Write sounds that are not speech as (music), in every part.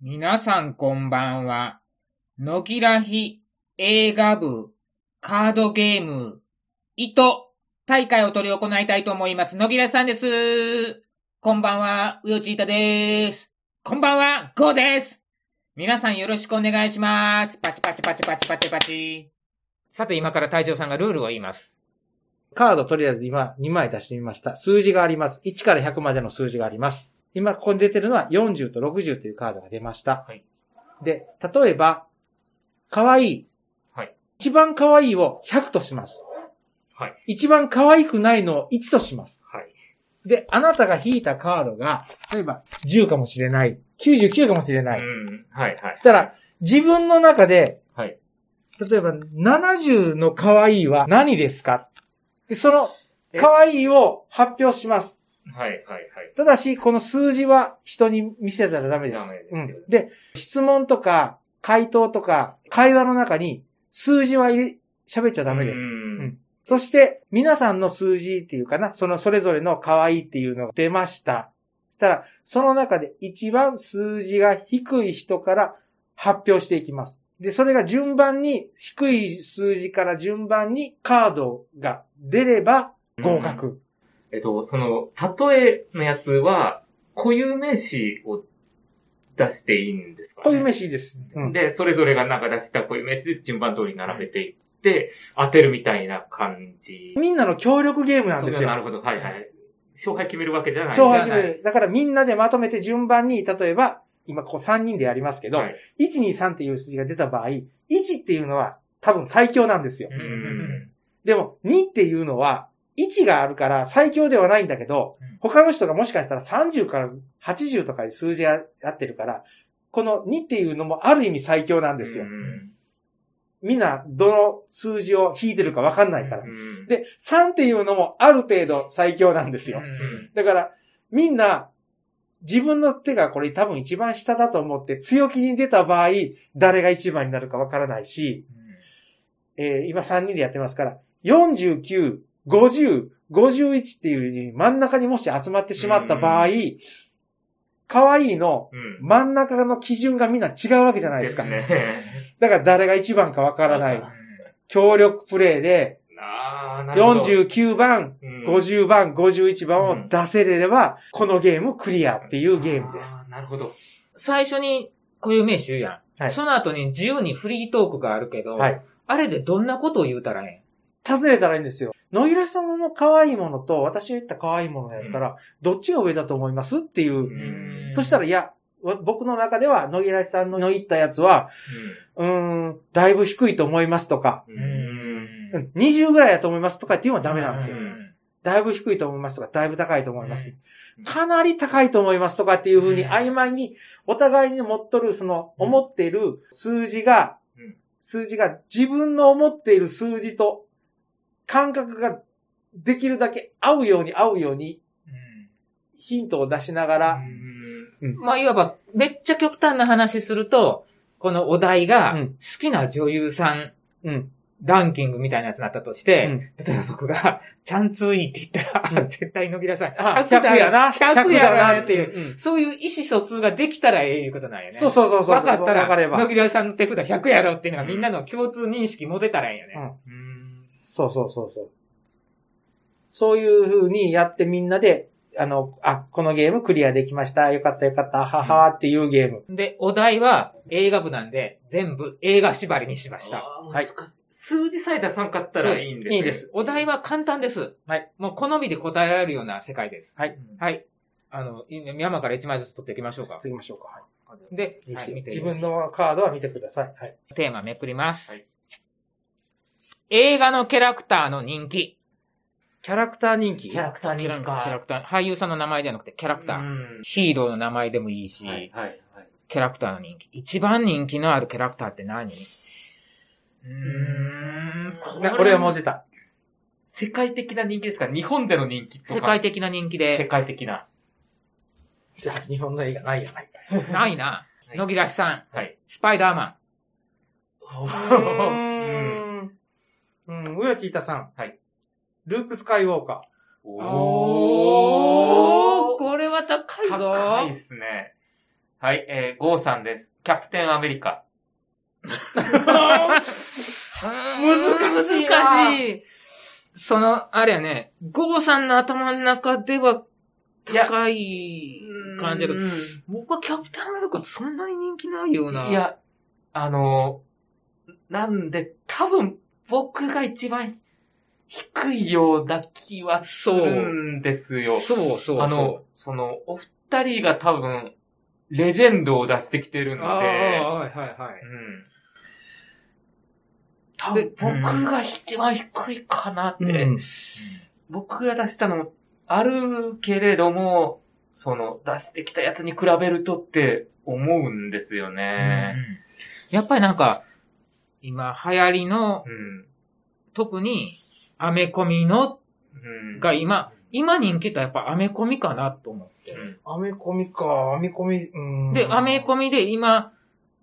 皆さんこんばんは。のぎらひ映画部カードゲーム糸大会を取り行いたいと思います。のぎらさんです。こんばんは、うよちいたです。こんばんは、ゴーです。皆さんよろしくお願いします。パチパチパチパチパチパチ。さて今から隊長さんがルールを言います。カードとりあえず今2枚出してみました。数字があります。1から100までの数字があります。今ここに出てるのは40と60というカードが出ました。はいで、例えば、可愛いはい一番可愛いを100とします。はい一番可愛くないのを1とします。はい。で、あなたが引いたカードが、例えば10かもしれない。99かもしれない。うん。はいはいそしたら、自分の中で、はい例えば、70の可愛いは何ですかで、その、可愛いを発表します。はいはいはい。ただし、この数字は人に見せたらダメです。ダメですうん。で、質問とか、回答とか、会話の中に、数字は入れ、喋っちゃダメです。うんそして、皆さんの数字っていうかな、そのそれぞれの可愛いっていうのが出ました。そしたら、その中で一番数字が低い人から発表していきます。で、それが順番に、低い数字から順番にカードが出れば合格。えっと、その、例えのやつは、固有名詞を出していいんですかねこういう飯です。うんで、それぞれがなんか出した固有名詞で順番通り並べていって、当てるみたいな感じ。みんなの協力ゲームなんですそうよな。るほど。はいはい。勝敗決めるわけじゃない。勝敗じ決ゃめないるだからみんなでまとめて順番に、例えば、今ここ3人でやりますけど、はい1、2、3っていう数字が出た場合、1っていうのは多分最強なんですよ。うん。でも、2っていうのは、1があるから最強ではないんだけどうん、他の人がもしかしたら30から80とかいう数字が合ってるから、この2っていうのもある意味最強なんですよう。んみんな、どの数字を引いてるかわかんないからう。んで、3っていうのもある程度最強なんですよ。うんだから、みんな、自分の手がこれ多分一番下だと思って強気に出た場合、誰が一番になるかわからないし、えー今3人でやってますから、49、50、51っていう真ん中にもし集まってしまった場合、可愛いのうん。真ん中の基準がみんな違うわけじゃないですか。ですね。だから誰が一番かわからなういん。協力プレイで、あーなるほど。 49番、うん、 50番、51番を出せれば、このゲームクリアっていうゲームです。あー。なるほど。最初に固有名詞言うやん。はいその後に自由にフリートークがあるけど、はいあれでどんなことを言うたらえ尋ねたらいいんですよ。野ゆらさんの可愛いものと私が言った可愛いものやったら、どっちが上だと思いますっていうえうんんそしたら、いや、わ僕の中では、野木らしさんの言ったやつは、うーん、だいぶ低いと思いますとか、ううんん。うん、20ぐらいだと思いますとかっていうのはダメなんですうよ。んだいぶ低いと思いますとか、だいぶ高いと思いますう。んかなり高いと思いますとかっていうふうにうん曖昧に、お互いに持っとる、その、うん思っている数字がうん、数字が自分の思っている数字と感覚ができるだけ合うように合うようにヒントを出しながら、うんまあ、いわば、めっちゃ極端な話すると、このお題が、うん好きな女優さんうん、ランキングみたいなやつになったとしうて、ん例えば僕が、ちゃんついって言ったら、うん絶対野木らさん、あ、だ100やな。 100やなっていう、いう。そういう意思疎通ができたらええいうことなんよね。そうそうそうそう。分かったら、分かれば野。木らさんの手札100やろっていうのがみんなの共通認識持てたらええよね。そうそうそうそう。そういう風にやってみんなで、あの、あ、このゲームクリアできました。よかったよかった。ははーっていうゲーム。で、お題は映画部なんで、全部映画縛りにしました。あーはい難しい数字さえ出さんかったらいいんですねいいんです。お題は簡単です。はい。もう好みで答えられるような世界です。はい。はい。あの、い山から一枚ずつ取っていきましょうちょっかと。行きましょうか。はいで、いいではすいよ見て自みます分のカードは見てください。はい。テーマめくります。はい映画のキャラクターの人気。キャラクター人気キャラクターキャ人ラ気キャラか。クター、俳優さんの名前じゃなくてキャラクター。うんヒーローの名前でもいいし、はいはいはい。キャラクターの人気。一番人気のあるキャラクターって何うんな俺はもう出た。世界的な人気ですか日本での人気とか。世界的な人気世で、界的な。じゃあ、日本の映画ないやない。ないな。はい野木らしさん、はい。スパイダーマン。うんうん。うん。うよちいたさん。はい。ルーク・スカイウォーカー。おおーーこれは高いぞ高いですね。はい、えー、ゴーさんです。キャプテンアメリカ。難難しいなしい。その、あれやね、ゴーさんの頭の中では、高い感じだけど、う僕はキャプテンアメリカってそんなに人気ないようんな。い、や、あのーなんで、多分、僕が一番低いような気はするんですよ。そうそう。あの、、その、お二人が多分、レジェンドを出してきてるあのあ、で、はいはいはうい。ん。多で分、僕が一番低いかなって、うん僕が出したのもあるけれども、その、出してきたやつに比べるとって思うんですよね。やっぱりなんか、今流行りのう、ん。特に、アメコミのうん。が今、今人気ってやっぱアメコミかなと思って。うんアメコミか、アメコミ、うん。で、アメコミで今、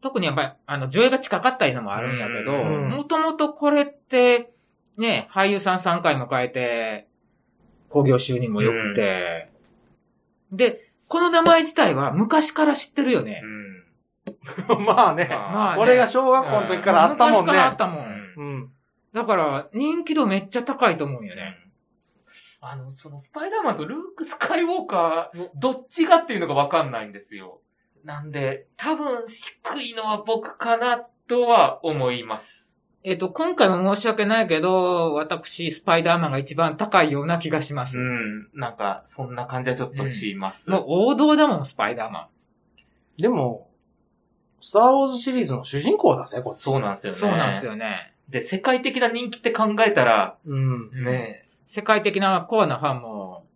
特にやっぱり、あの、上映が近かったりのもあるんやけど、うんもともとこれって、ね、俳優さん3回も変えて、興行収入も良くて、で、この名前自体は昔から知ってるよね。 (laughs) まあね。まあね俺が小学校の時からあったも昔んからあねっ。たも。うんんうん。だから、人気度めっちゃ高いと思うんよね。あの、そのスパイダーマンとルーク・スカイウォーカーのどっちがっていうのがわかんないんですよ。なんで、多分低いのは僕かなとは思います。えっと、今回も申し訳ないけど、私、スパイダーマンが一番高いような気がします。うん。なんか、そんな感じはちょっとします。もう王道だもん、スパイダーマでも、スターウォーズシリーズの主人公だぜ、こっち。そうなんですよン。ね。そうなんですよね。で、世界的な人気って考えたら、うん。ね世界的なコアなファンも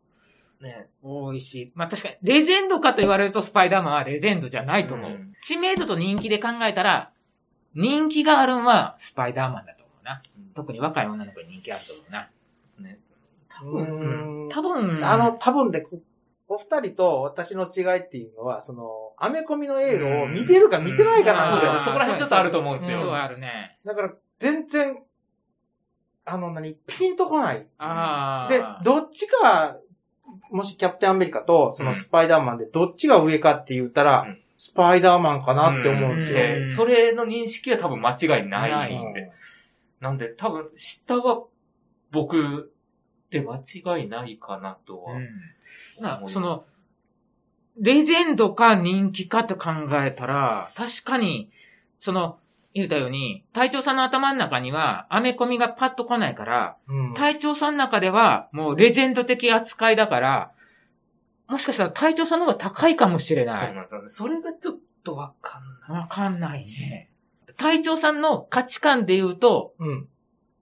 え、ね多いし、まあ確かに、レジェンドかと言われるとスパイダーマンはレジェンドじゃなえいと思う。知名度と人気で考えたら、人気があるのはスパイダーマンだと思うな。特に若い女の子に人気あると思うな。ですね。多う分、うんん。多分、あの、、多分で、お二人と私の違いっていうのは、その、アメコミの映画を見てるか見てないかなんですうんよ。あーそこら辺ちょっとあると思うんですよそうあるね。だから、全然、あの、何、ピンとこない。あであ。、どっちか、もしキャプテンアメリカと、そのスパイダーマンで、どっちが上かって言ったら、うんスパイダーマンかなって思うんですよ。でそれの認識は多分間違いないうんんで。なんで、多分、下は僕で間違いないかなとは。うんまあ、その、レジェンドか人気かと考えたら、確かに、その、言ったように、隊長さんの頭の中には、アメコミがパッと来ないから、うん隊長さんの中では、もうレジェンド的扱いだから、もしかしたら隊長さんの方が高いかもしれそうななんい。ですよね。それがちょっとわかんない。わかんないね。隊長さんの価値観で言うと、うん。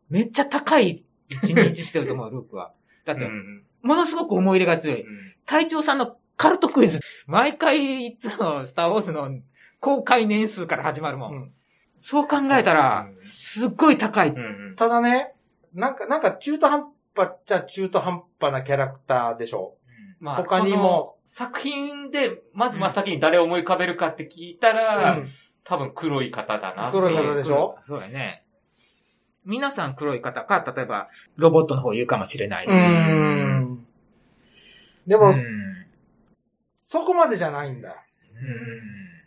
めっちゃ高い一日してると思う、ルークは。だってう、んものすごく思い入れが強い。隊長さんのカルトクイズ、毎回いつもスターウォーズの公開年数から始まるもん。うんそう考えたら、、すっごい高い。うんうんただね、なんか、なんか中途半端っちゃ中途半端なキャラクターでしょ。まあ、他にもその作品で、まず真っ先に誰を思い浮かべるかって聞いたら、うん多分黒い方だな。黒い方でしょそうやね。皆さん黒い方か、例えば、ロボットの方言うかもしれないし。ううんん。でうも、んそこまでじゃないんだ。うん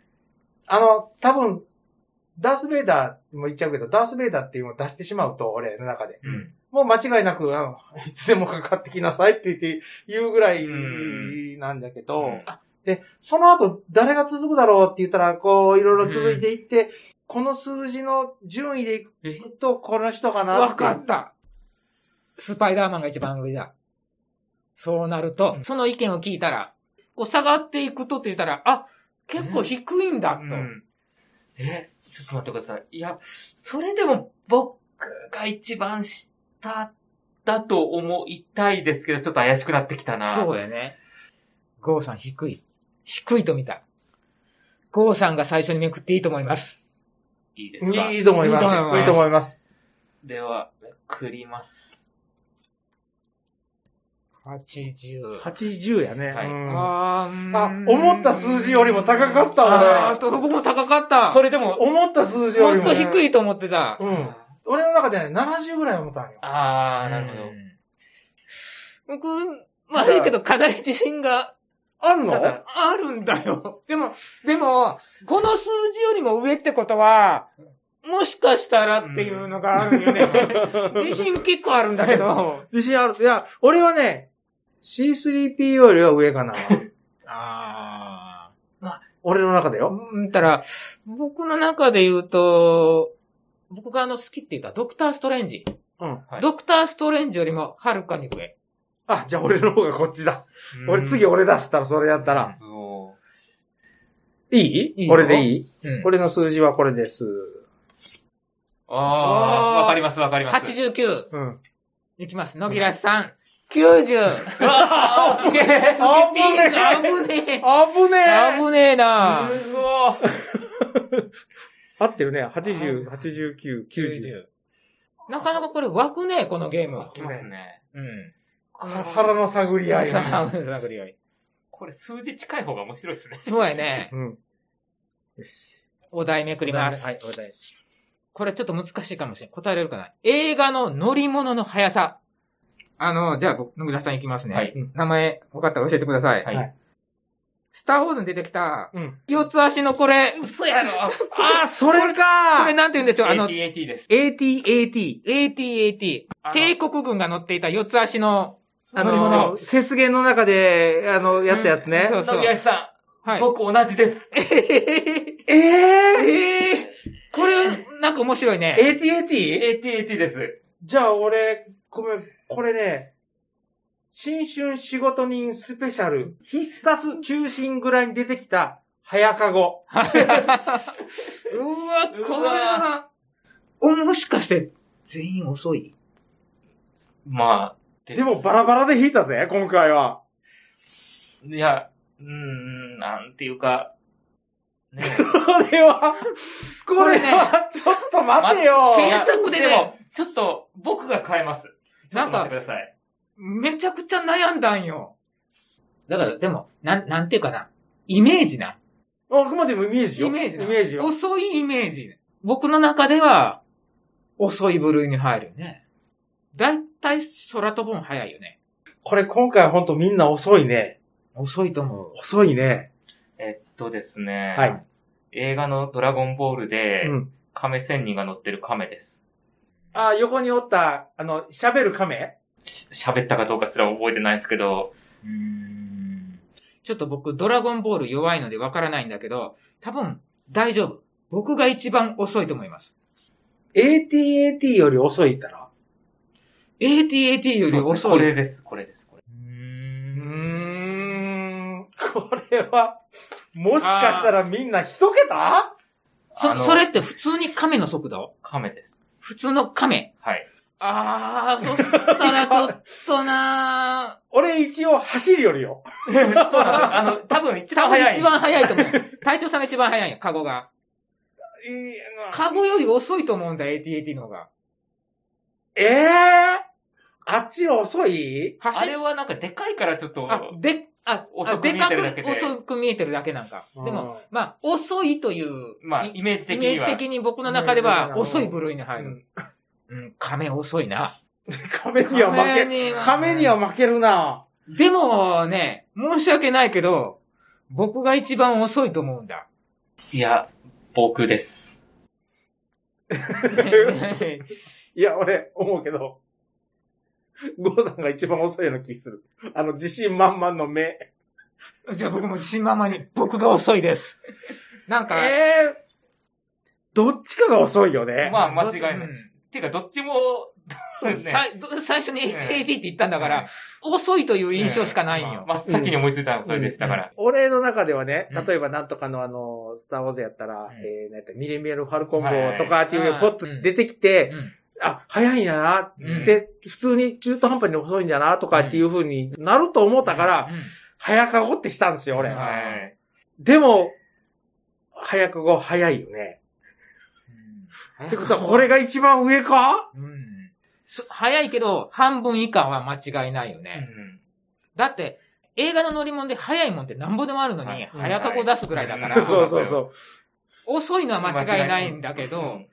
あの、多分、ダース・ベイダーも言っちゃうけど、ダース・ベイダーっていうのを出してしまうと、俺の中で。うんもう間違いなく、あのいつでもかかってきなさいって言って言うぐらいうんなんだけど、うんで、その後誰が続くだろうって言ったら、こう、いろいろ続いていって、この数字の順位でいくえと、この人かなわてかった。スパイダーマンが一番上だ。そうなると、その意見を聞いたら、こう下がっていくとって言ったら、あ、結構低いんだ、と。うんえ、ちょっと待ってください。いや、それでも僕が一番下だと思いたいですけど、ちょっと怪しくなってきたな。そうやね。ゴーさん低い。低いと見た。ゴーさんが最初にめくっていいと思います。いいですかいいと思います。いいと思いますいいと思います。では、めくります。 80。 80やね。はいうんああ思った数字よりも高かった俺あーと僕も高かった。それでも、思った数字よもりっも、とね。低い。いと思ってた。うん。俺の中でね、70ぐらい思ったんよ。あー、なるほど。うん僕、悪いけど、かなり自信があるの (laughs) ただ、あるんだよ。 (laughs) でも、でも、この数字よりも上ってことは、もしかしたらっていうのがあるよね。自信結構あるんだけど。自信ある。いや、俺はね、C3PO よりは上 (laughs) かな。あ俺の中だよ。うん、たら、僕の中で言うと、僕があの好きって言ったドクターストレンジ。うん。はいドクターストレンジよりもはるかに上。あ、じゃあ俺の方がこっちだ。俺次は。俺出したらそれやったら。そいいいいよこれでいい、うん俺の数字はこれです。う。ああーあ、わかりますわかります。 89。うん。いきます。野木らしさん。90。わーすげえすあぶピンねえ危ねえ。あぶねえ危ねえなごい合ってるね。80、89、90。。なかなかこれ湧くねえ、このゲーム。来ますね。うん。腹の探り合いやさあ探り合いこれ数字近い方が面白いです (laughs) ね。そうやね。うん。お題めくります。はい、お題。これちょっと難しいかもしれん。答えれるかな。映画の乗り物の速さ。あの、じゃあ、僕野村さんいきますね。はいうん名前、分かったら教えてください。はいスターウォーズに出てきた、うん。四つ足のこれ、嘘やろあー、それこかれなんて言うんでしょう、あの、 !AT-AT です。 !AT-AT。 AT-AT。あの帝国軍が乗っていた四つ足の、あ乗り物の、雪原の中で、あの、やったやつね。うんそう野木足さはん、い。僕同じです。ええええこれ、なんか面白いね。ー、!AT-AT? AT-AT です。 (laughs) じゃあ俺、ごめん、これね、新春仕事人スペシャル、必殺中心ぐらいに出てきた、早かご。うわ、これうわは、お、もしかして、全員遅いまあ。ででもバラバラで引いたぜ、今回は。いや、うーん、なんていうか、ねこれは、これは、ちょっと待てよ。待え。っ検索でねいやも、ちょっと、僕が変えます。ちょっと待ってください。めちゃくちゃ悩んだんよ。だから、でも、なん、なんていうかな。イメージな。あくまでもイメージよ。イメージな。イメージよ。遅いイメージ。僕の中では、遅い部類に入るよね。だいたい空飛ぶも早いよね。これ今回はほんとみんな遅いね。遅いと思う。遅いね。えっとですね、はい。映画のドラゴンボールで、うん。亀仙人が乗ってる亀です。あ、横におった、あの、喋る亀し喋ったかどうかすら覚えてないんですけど、うーん。ちょっと僕、ドラゴンボール弱いのでわからないんだけど、多分、大丈夫。僕が一番遅いと思います。 ?AT-AT より遅いったら AT-AT よりそう遅でい。すねこれです、これです、これ。うーうーん。ん、これは、もしかしたらみんな一桁そあのそれって普通に亀の速度亀です。普通の亀。はい。あー、そしたらちょっとな俺一応走るよりよ。そうなんですよ。 (laughs) あの、多分ー (laughs) 一多番分早い。一番早いと思う。隊長さんが一番早いよ、カゴが。いいなカゴより遅いと思うんだ、AT-AT の方が。ええあっち遅いあ走れる。はなんかでかいからちょっと、あ、で、あ、遅あくで見かえてるだけくで遅く見えてるだけなんか。でも、うんまあ、遅いという、まあ、イイメージ的には。メージ的に僕の中では遅い部類にう入る。んうん、亀遅いな。亀には負け、には亀には負けるな。でもね、申し訳ないけど、僕が一番遅いと思うん (laughs) だ。いや、僕です。いや、俺、思うけど、ゴーさんが一番遅いような気する。あの、自信満々の目。じゃあ僕も自信満々に、僕が遅いです。なんか、ええどっちかが遅いよね。まあ、間違いない。うんていうか、どっちも、そうですねさい最初に ATAT って言ったんだから、遅いという印象しかないんよ。まあ真っ先に思いついたのはそれです。だから。俺の中ではね、うん例えばなんとかのあの、スターウォーズやったら、んえー、なんかミレミアルファルコン号はいとかっていうのがポッと出てきうて、んあ、早いんやな、うんで、普通に中途半端に遅いんだな、とかっていう風になると思ったから、うん早かごってしたんですよ、俺。うんはい。でも、早かご早いよね。ってことは、これが一番上かうんそ早いけど、半分以下は間違いないよね。だって、映画の乗り物で早いもんってなんぼでもあるのはに、い早かこ出すぐらいだかうらん、そうそうそう。遅いのは間違いないんだけうど、ん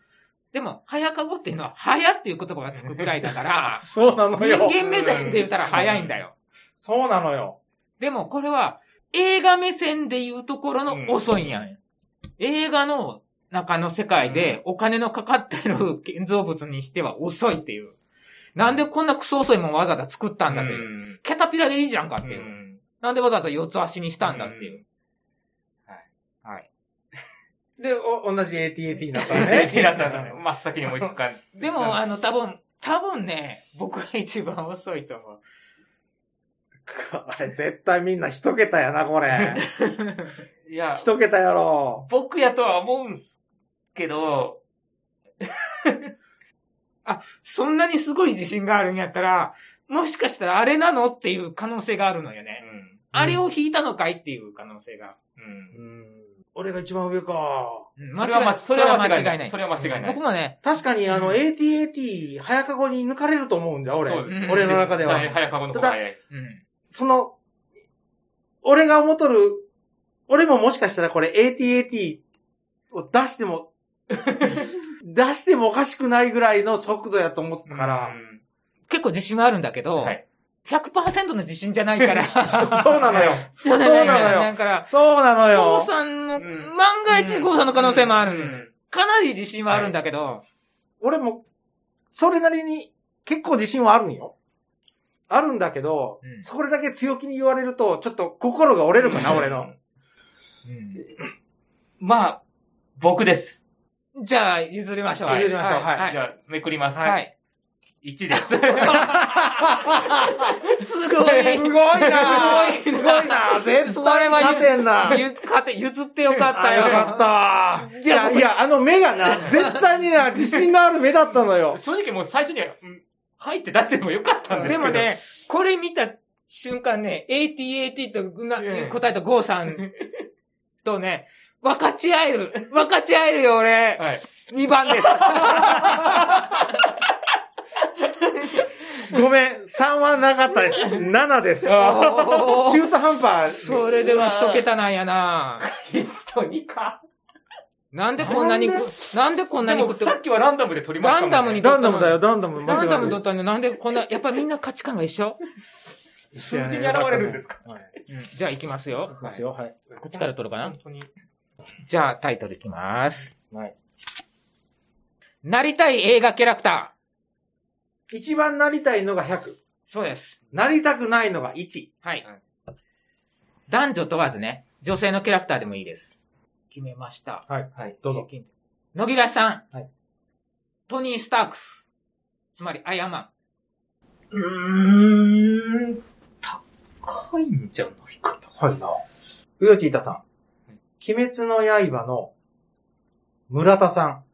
でも、早かごっていうのは、早っていう言葉がつくぐらいだ (laughs) から、そうなの人よ。間目線で言ったら早いんだよ。そうなのよ。でも、これは、映画目線で言うところの遅いんや、ん。映画の中の世界でお金のかかってる建造物にしては遅いっていう。なんでこんなクソ遅いもんわざわざ作ったんだっていう。ん。キャタピラでいいじゃんかっていう。うんなんでわざわざ四つ足にしたんだって (laughs) いう。はい。で、お、同じ ATAT なったのえ (laughs) ね。ティラさんの真っ先に思いつかん。でも、あの、多分、多分ね、僕が一番遅いと思う。 (laughs) あれ、絶対みんな一桁やな、これ。いや、一桁やろ。僕やとは思うんすけど、そんなにすごい自信があるんやったら、もしかしたらあれなのっていう可能性があるのよね。あれを引いたのかいっていう可能性が。うん。うん。俺が一番上か。うんそ間れは違いなまい。それは間違いないそ。れは間違いない。僕もね、確かに、あの、うん ATAT、早かごに抜かれると思うんだ、俺。そうです俺の中では絶対早川の方が早いです。うん。その、俺が思っとる、俺ももしかしたらこれ ATAT を出しても、出してもおかしくないぐらいの速度やと思ってたから。結構自信はあるんだけど、はい100%の自信じゃない (laughs) から。そうなのよ。そうなのよ。そうなのよだから、そうなのゴーよ。さんの、うん万が一ゴーさんの可能性もある、うんかなり自信はあるんだけど、俺も、それなりに結構自信はあるんよ。あるんだけど、うんそれだけ強気に言われると、ちょっと心が折れるかな、(laughs) 俺の。。まあ、僕です。じゃあ、譲りましょう。譲りましょうはいはじい。ゃあ、めくります。。はいい。 1です。すごい。すごいなすごいなすごいな絶対勝てんなゆ勝て、譲ってよかっあたよよ。かった。じゃあいやいや、あの目がな、絶対にな、自信のある目だったのよ。正直もう最初には、うん入って出せてもよかったんですでけど。もね、これ見た瞬間ね、ATAT となうん答えたゴーさんとね、分かち合える。分かち合えるよ、俺。はい。 2番です。ごめん、3はなかったです。7です。中おー途半 (laughs) 端。それでは一桁なんやな人にか。なんでこんなにくなんで、なんでこんなにでくもってさ、っきはランダムで取りましたもんね。ランダムにランダムだよ、ランダム。ランダムだったのになんでこんな、やっぱりみんな価値観が一緒数字に現れるんですかはい。うんじゃあ行きますよ。そうですよ、はい。こっちから取るかな本当に。じゃあタイトルいきます。はい。なりたい映画キャラクター。一番なりたいのが100。そうです。なりたくないのが1。はいはい。男女問わずね、女性のキャラクターでもいいです。決めました。はい。どうぞ。野木らさん。はいトニー・スターク。つまり、アイアンマン。うーん、高いんじゃないかな。はいな。うよちいたさん。鬼滅の刃の村田さん。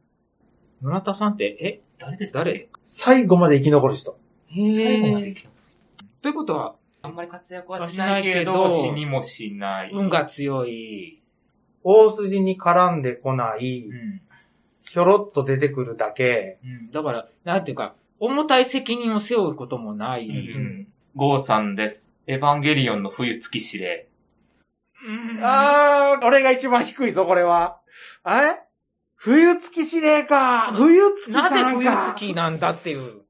村田さんって、誰です誰最後まで生き残る人。え最後まへでえ。生き残るということは、あんまり活躍はしないはけど、しないけ死どにもしない。運が強い。大筋に絡んでこない、うん。ひょろっと出てくるだけ。うん。だから、なんていうか、重たい責任を背負うこともない。うん。ゴーさんです。エヴァンゲリオンの冬月司令。うんあー、俺が一番低いぞ、これは。あれ冬月司令か。冬月さなんか。で冬月なんだっていう。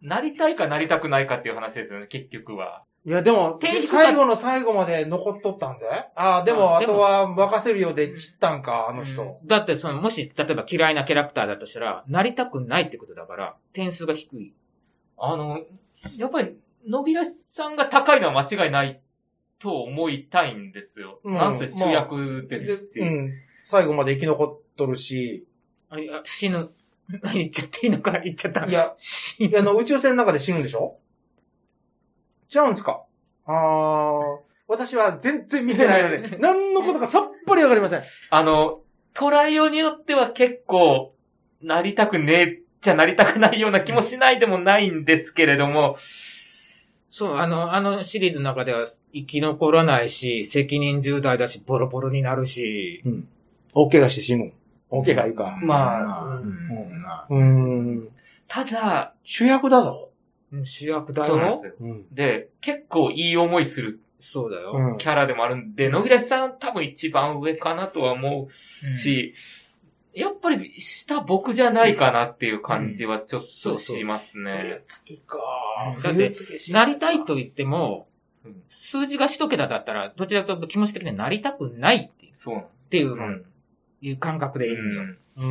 なりたいかなりたくないかっていう話ですよね、結局は。いや、でも、天気か最後の最後まで残っとったんで。あー、でも、ああでもとは任せるようで散ったんか、あの人。うんだって、その、もし、例えば嫌いなキャラクターだとしたら、なりたくないってことだから、点数が低い。あの、やっぱり、野びらさんが高いのは間違いないと思いたいんですよ。うんなんせ主役ですし。うん。最後まで生き残っとるし、あいや死ぬ。 (laughs) 言っちゃっていいのか言っちゃった。いや、死いやあぬ。の宇宙船の中で死ぬんでしょ違うんですかあー、私は全然見てないので、何のことかさっぱりわかりません。あの、トライオによっては結構、なりたくねえじゃなりたくないような気もしないでもないんですけれども、そう、あの、あのシリーズの中では生き残らないし、責任重大だし、ボロボロになるし。うん。大怪我して死ぬ。大怪我いうか。まうあんうんなうーん。ただ、主役だぞ。うん主役だそうなんでよす。よ。うん。で、結構いい思いするそうだよ。うんキャラでもあるんで、野木らさん多分一番上かなとは思うんうし、やっぱり下僕じゃないかなっていう感じはちょっとしますね。月かだって月なりたいと言っても、うん数字が一桁だったら、どちらかというと気持ち的にはなりたくないっていうそうなんっていう,、うんいう感覚でいるんだよ。う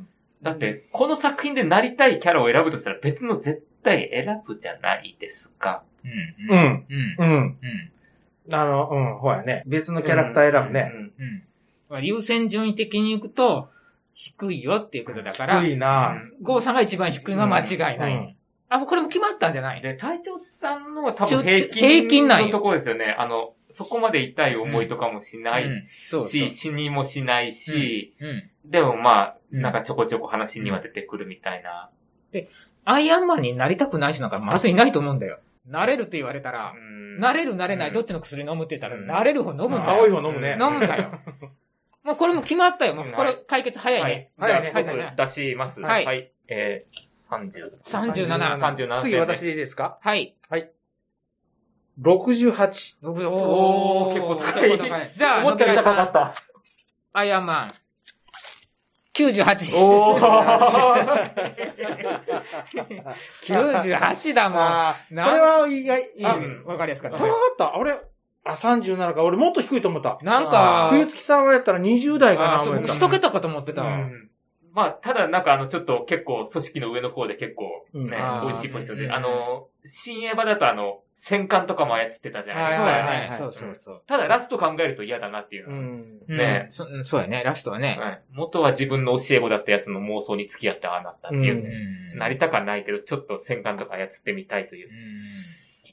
ん。だって、この作品でなりたいキャラを選ぶとしたら別の絶対選ぶじゃないですか。ううん。ん。うん。うん。うん。あの、うん、ほやね。別のキャラクター選ぶね。うんうん。まあ優先順位的に行くと、低いよっていうことだから、低いな郷さんが一番低いのは間違いない。うんあ、これも決まったんじゃないで、隊長さんのは多中分平中均平均なんよのところですよね。あの、そこまで痛い思いとかもしなういんそうそうし、。死にもしないし、うん。でもまあ、うんなんかちょこちょこ話には出てくるみたいな。アイアンマンになりたくない人なんかまずいないと思うんだよ。なれるって言われたら、な慣れるなれなうい、んどっちの薬飲むって言ったうんら、なれる方飲むんだ青いよ。方飲むね。飲むんだよ。 (laughs) もうこれも決まったよ。もうこれ解決早いはねい。。はいねじゃあはいね僕出します。はいはい。えー、30。 37 37次点私です。でいいですかはい。 ?68。おおー結構高い結構高い。じゃあ、思ったより野高木さかんった。アイアンマン。98。お98だもあん。ーなこれは意外、いいあ、うんわかりやすかっ高たか。った。あれ、あ、37か。俺もっと低いと思った。なんか、冬月さんはやったら20代かあーなそ思うっ僕た一。桁かと思ってた。 (laughs) うんまあ、ただなんかあの、ちょっと結構、組織の上の方で結構ね、うんあー美味しいポジションうで、んあの、新エヴァだとあの、戦艦とかも操ってたじゃないですそうか。やはいはいねは。いそうそうそう。ただラスト考えると嫌だなっていううのは。ん。うんねそうんそうやね。ラストはね。はい元は自分の教え子だったやつの妄想に付き合ってああなったっていうう。うん。なりたくはないけど、ちょっと戦艦とか操ってみたいというう。ん。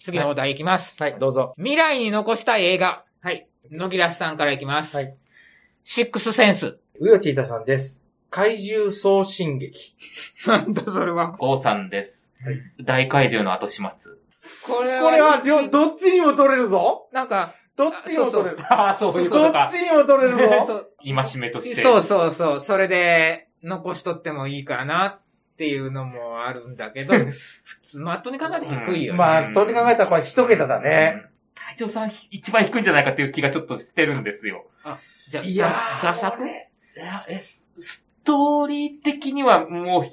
次のお題いきます。はい、どうぞ。未来に残したい映画。はい。野木らしさんからいきます。はい。シックスセンス。ウヨティータさんです。怪獣送信劇。なんだそれは。ゴーさんです。大怪獣の後始末。これは、これは、両、どっちにも取れるぞなんか、どっちにも取れる。ああ、そうそういうこどとっかち。にも取れる (laughs) ぞそう今しめとして。そうそうそう。それで、残しとってもいいかなっていうのもあるんだけ (laughs) ど、普通、まっとに考えて低いよね。まあ、取り考えたらこれ一桁だね。うん。隊長さんひ一番低いんじゃないかっていう気がちょっとしてるんですよ。じゃあ、いやーダサく俺いやえスストーリー的にはもう、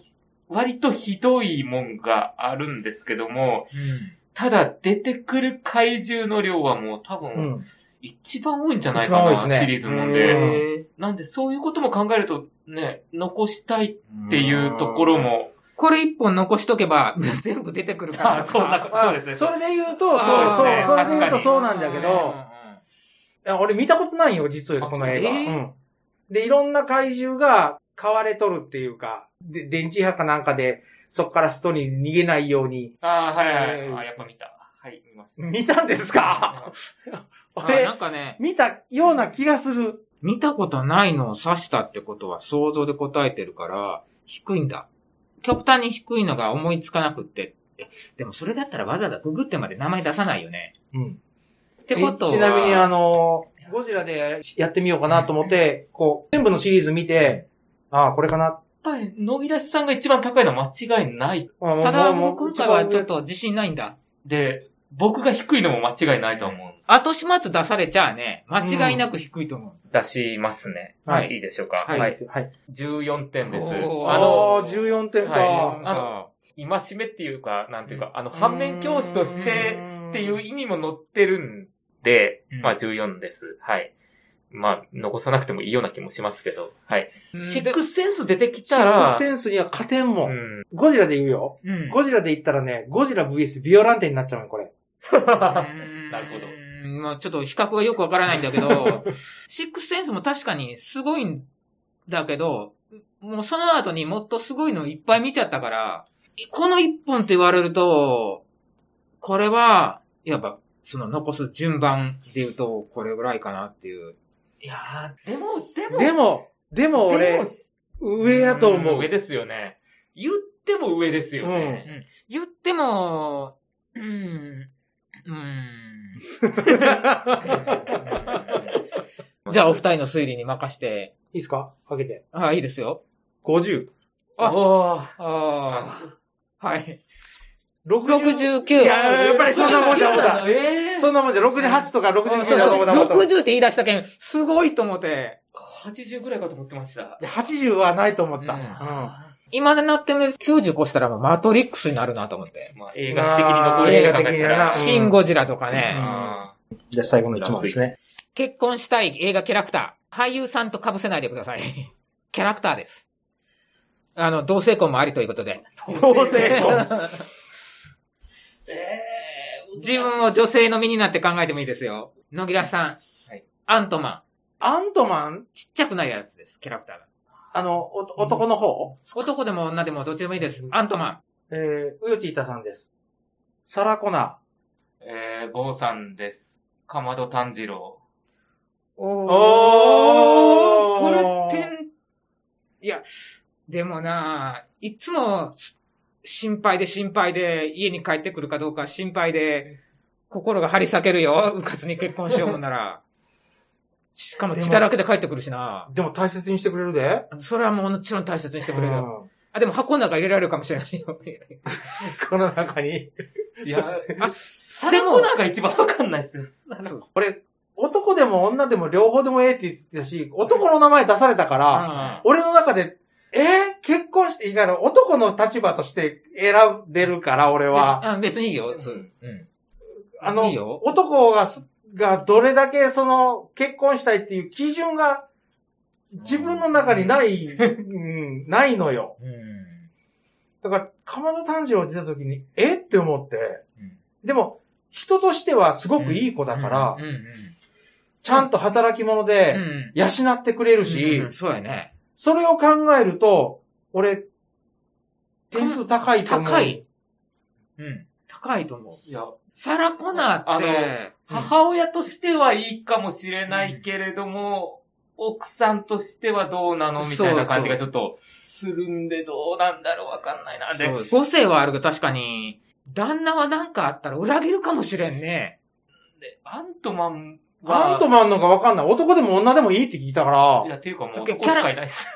割とひどいもんがあるんですけども、ただ出てくる怪獣の量はもう多う分、ん。一番多いんじゃないか一番多な、いですねシリーズもんうで。んなんでそういうことも考えると、ね、残したいっていうところも、これ一本残しとけば、全部出てくるから。あそんなまあ。そうですねそれで言うと、そうあーそうね、それで言う確かとにそうなんだけうんど、いや俺見たことないよ、実は、この映画。あそうえーうんで、いろんな怪獣が買われとるっていうか、で、電磁波かなんかで、そこから外に逃げないように。ああ、はいはい、えーあやっぱ見た。はい、見ました。見たんです (laughs) かあな俺、んかね、見たような気がする。見たことないのを指したってことは想像で答えてるから、低いんだ。極端に低いのが思いつかなくって。えでもそれだったらわざわざググってまで名前出さないよね。うん。ってことは。ちなみにあの、ゴジラでやってみようかなと思って、こう、全部のシリーズ見て、ああ、これかな。やっぱり、野木出しさんが一番高いのは間違いない。あただ僕今回はちょっ。もうもうと自信ないんだ。で、僕が低いのも間違いないと思う。後始末出されちゃあね、間違いなく低いと思う。出しますね。ははいい。いいでしょうか。は。はいい。はいですはい。 14点です。おーああの、の、14点はかい。。あの、今しめっていうか、なんていうか、あの、反面教師としてっていう意味も載ってるんでうん、まあ14です。はい。まあ、残さなくてもいいような気もしますけど、はい。シックスセンス出てきシたックスら、センスには勝てんも。うんん。ゴジラで言うよ。うん。ゴジラで言ったらね、ゴジラ VS ビオランテになっちゃうの、これ。 (laughs) なるほどど。まあちょっと比較がよくわからないんだけど、 (laughs) シックスセンスも確かにすごいんだけど、もうその後にもっとすごいのいっぱい見ちゃったから、この一本って言われると、これは、やっぱ、その残す順番で言うと、これぐらいかなっていう。いやーでも、でも、でも、でも俺でも、上やと思んう (laughs) 上。ですよね。言っても上ですよね。言っても、うん、うん。じゃあお二人の推理に任して、いいですかかけて。あいいですよ。 50。あおーああ。はい。 60。 69。いややっぱりそんなもんじゃ思った。ええそんなもんじゃ、68とかそ69うそうだと思うなかった60って言い出したけん、すごいと思って。 80ぐらいかと思ってました。で80はないと思った。うんうん今でなってみる95したらもうマトリックスになるなと思って。まあ、映画史的に残り映映画画的的にななら。うんシン・ゴジラとかね、あじゃあ最後の一問ですね。結婚したい映画キャラクター。俳優さんと被せないでください。 (laughs) キャラクターです。あの、同性婚もありということで。ー同性婚 (laughs) 自分を女性の身になって考えてもいいですよ。野木らさん、はいアントマン、アントマンちっちゃくないやつです、キャラクターが。あの、おと男の方、男でも女でもどっちでもいいです。アントマン。えー、うよちいたさんです。サラコナえー、坊さんです。かまど炭治郎。おーこれってん、いや、でもなあ、いつもす心配で心配で、家に帰ってくるかどうか心配で、心が張り裂けるよ。うかつに結婚しようもんなら。しかも血だらけで帰ってくるしな。ー。でも大切にしてくれるで。それはもうもちろん大切にしてうくれる。んあ、でも箱の中入れられるかもしれないよ。この中に。いや、あ、サでダもコナーが一番わかんないですよ。これ、男でも女でも両方でもええって言ってたし、男の名前出されたから、俺の中で、えー結婚していいから男の立場として選んでるから、俺は。あ別にいいよ。そううん。あのいい、よ。男がす、がどれだけその、結婚したいっていう基準が、自分の中 (laughs) にない、うん、ないのよ。うん。だから、かまど炭治郎出た時に、えって思ってうん。でも、人としてはすごくいい子だからう、ん。うんちゃんと働き者うで、ん。養ってくれるしうん、そうやね。それを考えると、俺、点数高いと思う。高い。うん。高いと思う。いや、サラコナーって、母親としてはいいかもしれないけれども、奥さんとしてはどうなのみたいな感じがちょっとするんでどうなんだろうわかんないな。で、そう母性はあるけど確かに、旦那はなんかあったら裏切るかもしれんね。でアントマンは、アントマンのかわかんない。男でも女でもいいって聞いたからい、や、っていうかもうキャ男しかいないです。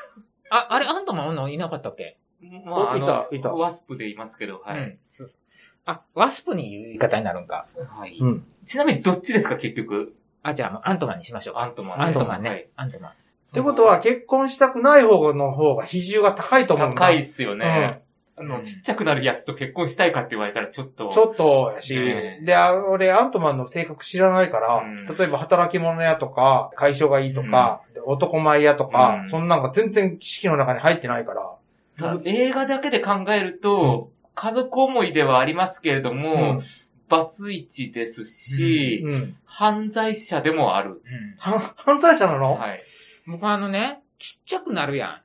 あ、あれ、アントマンおんのいなかったっけまあ、あいたいたの、ワスプでいますけど、はうい。ん。そうそう。あ、ワスプに言う言い方になるんか。はいうんちなみにどっちですか、結局。あ、じゃあもうアントマンにしましょうか。アントマン。アントマンはねい。。アントマン。ってことは、結婚したくない方の方が比重が高いと思うんだ。高いっすよね。あの、うんちっちゃくなるやつと結婚したいかって言われたらちょっと。ちょっとやし、ねえで、あ俺、アントマンの性格知らないから、うん例えば働き者やとか、解消がいいとか、で男前やとか、うんそんなんが全然知識の中に入ってないから、ただ映画だけで考えると、家族思いではありますけれども、バツイチですし、うん。犯罪者でもある。うん。は犯罪者なの、はい。僕あのね、ちっちゃくなるや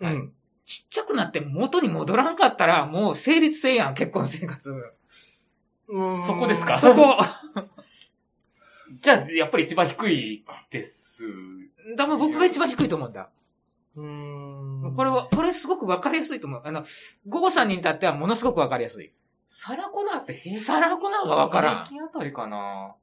ん。うん。ちっちゃくなって元に戻らんかったら、もう成立せえやん、結婚生活。うんそこですか (laughs) そ (laughs) こ。じゃあ、やっぱり一番低いです。多分僕が一番低いと思うんだ。うん。これは、これすごくわかりやすいと思う。あの、ゴーさんに至ってはものすごくわかりやすい。サラコナーって平均サラコナーがわからん。平均あたりかな。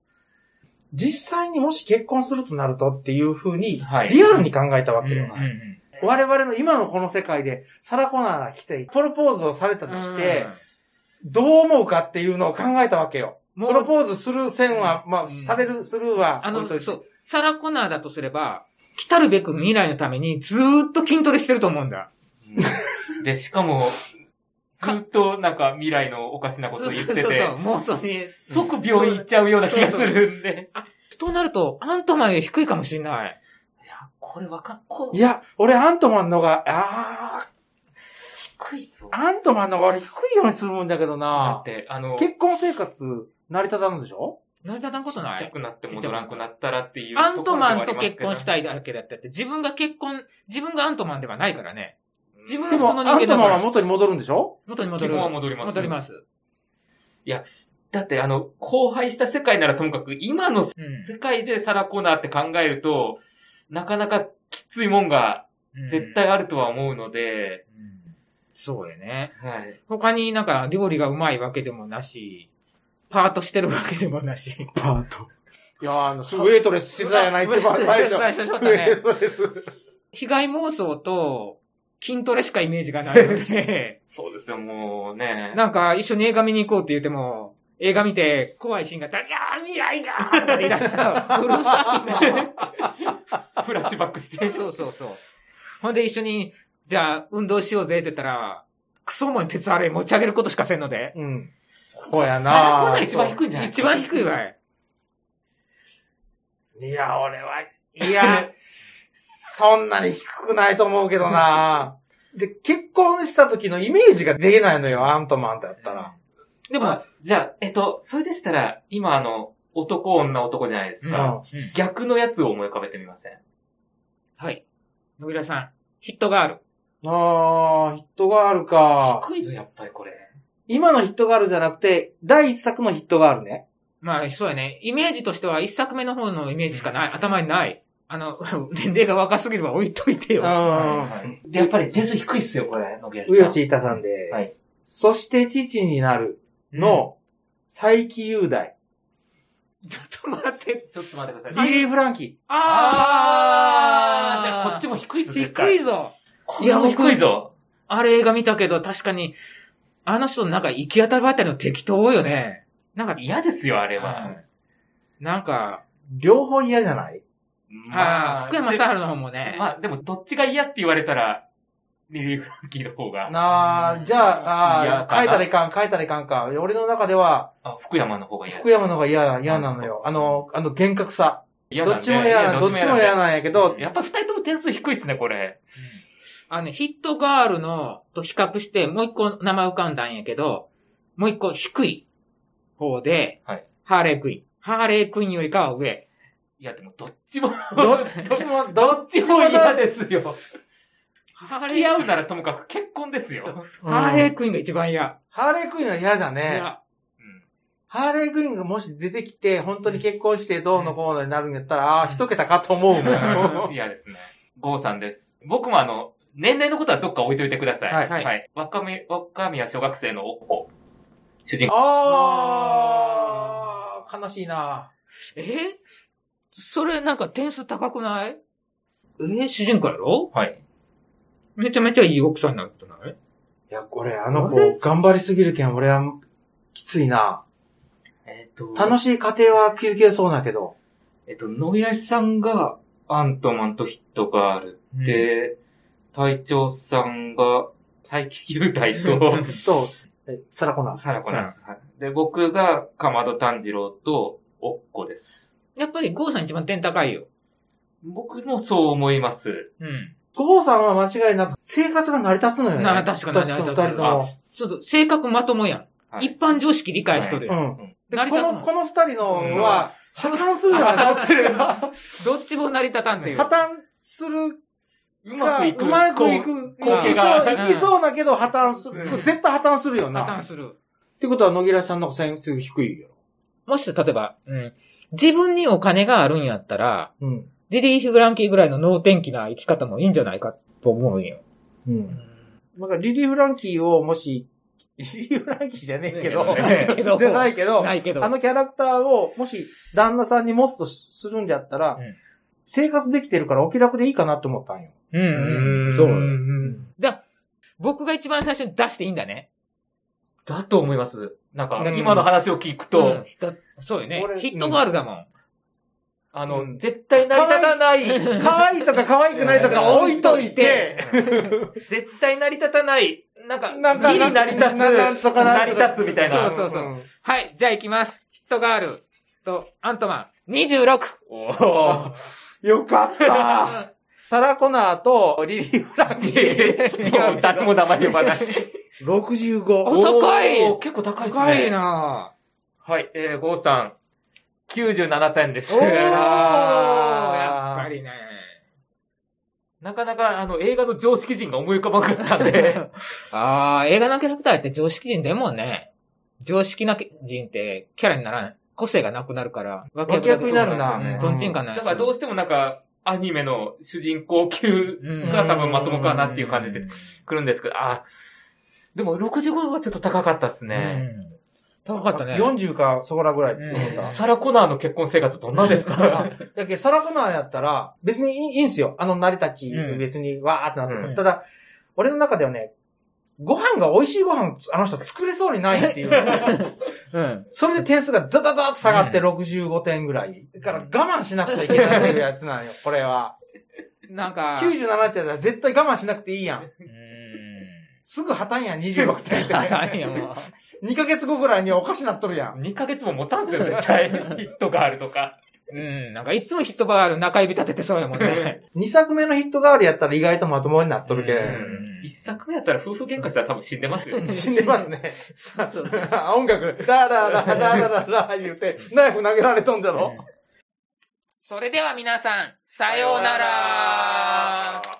実際にもし結婚するとなるとっていう風に、はいリアルに考えたわけよ。うんん我々の今のこの世界で、サラコナーが来て、プロポーズをされたとして、どう思うかっていうのを考えたわけよ。もプロう、ポーズする線は、まうあ、んされる、するは、あの本当、にそう、サラコナーだとすれば、来たるべく未来のためにずーっと筋トレしてると思うんだ。うんで、しかも、ずっとなんか未来のおかしなこそうとをそ言うってそてう、、もうそうね。即病院行っちゃうような気がするんで。となると、アントマンより低いかもしれない。いや、これわかん、こいや、俺アントマンのが、あ低いぞー、アントマンのが俺低いようにするんだけどだっなて、あの、結婚生活、成り立たんでしょ成り立たんことなちっちゃい。くなって戻らんくなったらっていう。アントマンと結婚したい。いだけだってって、自分が結婚、自分がアントマンではないからね。自分での普通の、も人ア間ンだトかマンはら。元に戻るんでしょ元に戻基る。本は戻ります。戻ります。だって、あの、荒廃した世界ならともかく、今のうん世界でサラコーナーって考えると、なかなかきついもんが絶対あるとは思うので、うんそうやね。はい。他になんか料理がうまいわけでもなし、パートしてるわけでもなし。パート。いや、あの、ウェイトレスしてたやない、一番最 (laughs) 初。最初しょったウェ (laughs) ねイ。トレス。被害妄想と筋トレしかイメージがないの (laughs) で、そうですよ、もうね。なんか一緒に映画見に行こうって言っても、映画見て怖いシーンがあったら、いやー未来がーとか言いながら、うるさいな。 (laughs) フラッシュバックして。そうそうそう。ほんで一緒にじゃあ、運動しようぜって言ったら、クソも鉄あれ持ち上げることしかせんので。うん。こそうやな最高が一番低いんじゃない一番低いわい。いや、俺は、いや、そんなに低くないと思うけどなで、結婚した時のイメージが出えないのよ、アントマンだったら。でも、まあじゃあ、えっと、それでしたら、今あの、男、女、男じゃないですうか。ん。逆のやつを思い浮かべてみません。はい。野木田さん、ヒットガール。ああ、ヒットガールか。低いぞ、やっぱりこれ。今のヒットガールじゃなくて、第一作のヒットガールね。まあ、そうやね。イメージとしては一作目の方のイメージしかない。頭にない。あの、 (laughs) 年齢が若すぎれば置いといてうよ。ん。い。で、やっぱり点数低いっすよ、これ、のげうよちいたさんです。はいそして父になるの、佐伯雄大。ちょっと待って。ちょっと待ってくださリい。リー・フランキあーじゃあこっちも低いぞ、絶対低いぞ。これも低いぞ。あれ映画見たけど、確かに、あの人なんか行き当たりばったりの適当多いよね。なんか、嫌ですよ、あれうはん。なんか、ー。両方嫌じゃないああ、福山ん。雅治の方もねで。まあ、でも、どっちが嫌って言われたら、リリー・フランキーの方が、なあ、じゃ嫌あ、あかーな変えたらいかん、変えたらいかんか。俺の中では、あ福山の方が嫌です。福山の方が嫌な、嫌なのよ。あの、あの、厳格さ。どっちも嫌な、どっちも嫌ななんやけど、やっぱ二人とも点数低いっすね、これ。あのね、ヒットガールのと比較して、もう一個名前浮かんだんやけど、もう一個低い方で、はいハーレークイーン。ハーレークイーンよりかは上。いや、でも、どっちも、どっちも、どどっちも嫌ですよ。ハー付レき合ーうならともかく結婚ですよ。ハーレーうんクイーンが一番嫌。ハーレークイーンは嫌じゃね。嫌うんハーレークイーンがもし出てきて、本当に結婚してどうのこうのになるんやったら、ああー、一桁かと思うもん。 (laughs) いやですね。ゴーさんです。僕もあの、年齢のことはどっか置いといてください。はいはい若み、若みは小学生のおっ子。主人公。ああ、悲しいな。えーそれなんか点数高くないえー主人公やろはい。めちゃめちゃいい奥さんになることないいや、これ、あのあれ子、頑張りすぎるけん、俺は、きついな。えっ、と、楽ししい家庭は築けそうだけど。えっ、と、野木梨さんがアントマンとヒットガールで、隊長さんが佐伯雄大と (laughs) と、えサラコナ。サラコなんです。はいで、僕がかまど炭治郎とおっ子です。やっぱりゴーさん一番点高いよ。僕もそう思います。うん。ゴボさんは間違いなく、生活が成り立つのよね。な確かに二人と成りも二人立つとも。ちょっと性格まともやん。はい一般常識理解しとるやん。ううんん。で、成りこ立つもの、んこの二人のは、破綻するじゃないする (laughs) どっちも成り立たんっていう。破綻するうまか、くいく。うまくいく、いき光そう景がいきそうだけど破綻すうる。ん絶対破綻するよな。破綻する。ってことは、野木らさんの戦数低いよ。もし、例えば、うん、自分にお金があるんやったら、うん。ディディ・フランキーぐらいの能天気な生き方もいいんじゃないかと思うんよ。うん。なんか、リリー・フランキーをもし、リリー・フランキーじゃねえけど、けど (laughs) じゃないけど、ないけど。あのキャラクターを、もし、旦那さんに持つとしするんじゃったら、うん生活できてるからお気楽でいいかなと思ったんよ。うんううんん。そそうう。ん。じゃあ僕が一番最初に出していいんだね。だと思います。なんかう、ん今の話を聞くと、んひとそうよね俺。ヒットガールだもん。あうの、ん絶対成り立たない、可愛いとか可愛くないとか置いといて、 (laughs) 絶対成り立たない、なんか、なんかギリ成り立つ、ななんとかな成んりとか立つみたいな。そうそうそうはい、じゃあ行きます。ヒットガールとアントマン、26! おーよかったタラコナーとリリー・フラン (laughs) キ (laughs) ー。もう (laughs) 誰も名前呼ばない。 65。お高いおー結構高いですね。高いなはい、えー、ゴーさん、97点ですお。ーややっぱりね。なかなか、あの、映画の常識人が思い浮かばなかったんで、ああ、映画のキャラクターって常識人でもんね。常識な人ってキャラにならん。個性がなくなるから。脇脇役になるそうなんですよねな。とんちんかんないだからどうしてもなんか、アニメの主人公級が多分まともかなっていう感じで。来るんですけど、あーでも65はちょっと高かったですうね。ん。高かったね。 40かそこらぐらいってうん思った。サラコナーの結婚生活どんなです (laughs) かだけどサラコナーやったら、別にいいいいんすよ。あの、成り立ち、別にわーってなってもうんただ、俺の中ではね、ご飯が美味しいご飯、あの人作れそうにないっ (laughs) ていう。うん。それで点数がダダダーって下がってう65点ぐらい。だから我慢しなくちゃいけないというやつなんよ、これは。なんか、 97点だったら絶対我慢しなくていいやん。うーん。すぐ破綻やん、26点って。はいよもう2ヶ月後ぐらいにはおかしなっとるやん。 2ヶ月も持たんすよ、絶対。ヒットがあるとか。 (laughs) うん、なんかいつもヒットバーある中指立ててそうやもんね。 2作目のヒット代わりやったら意外とまともになっとるうけ。ん一作目やったら夫婦喧嘩したら多分死んでますよ。死んでますね。そうそう (laughs) そう。音楽、ダーダーダーダーダーダー言うて、ナイフ投げられとんだろ。それでは皆さん、さようなら。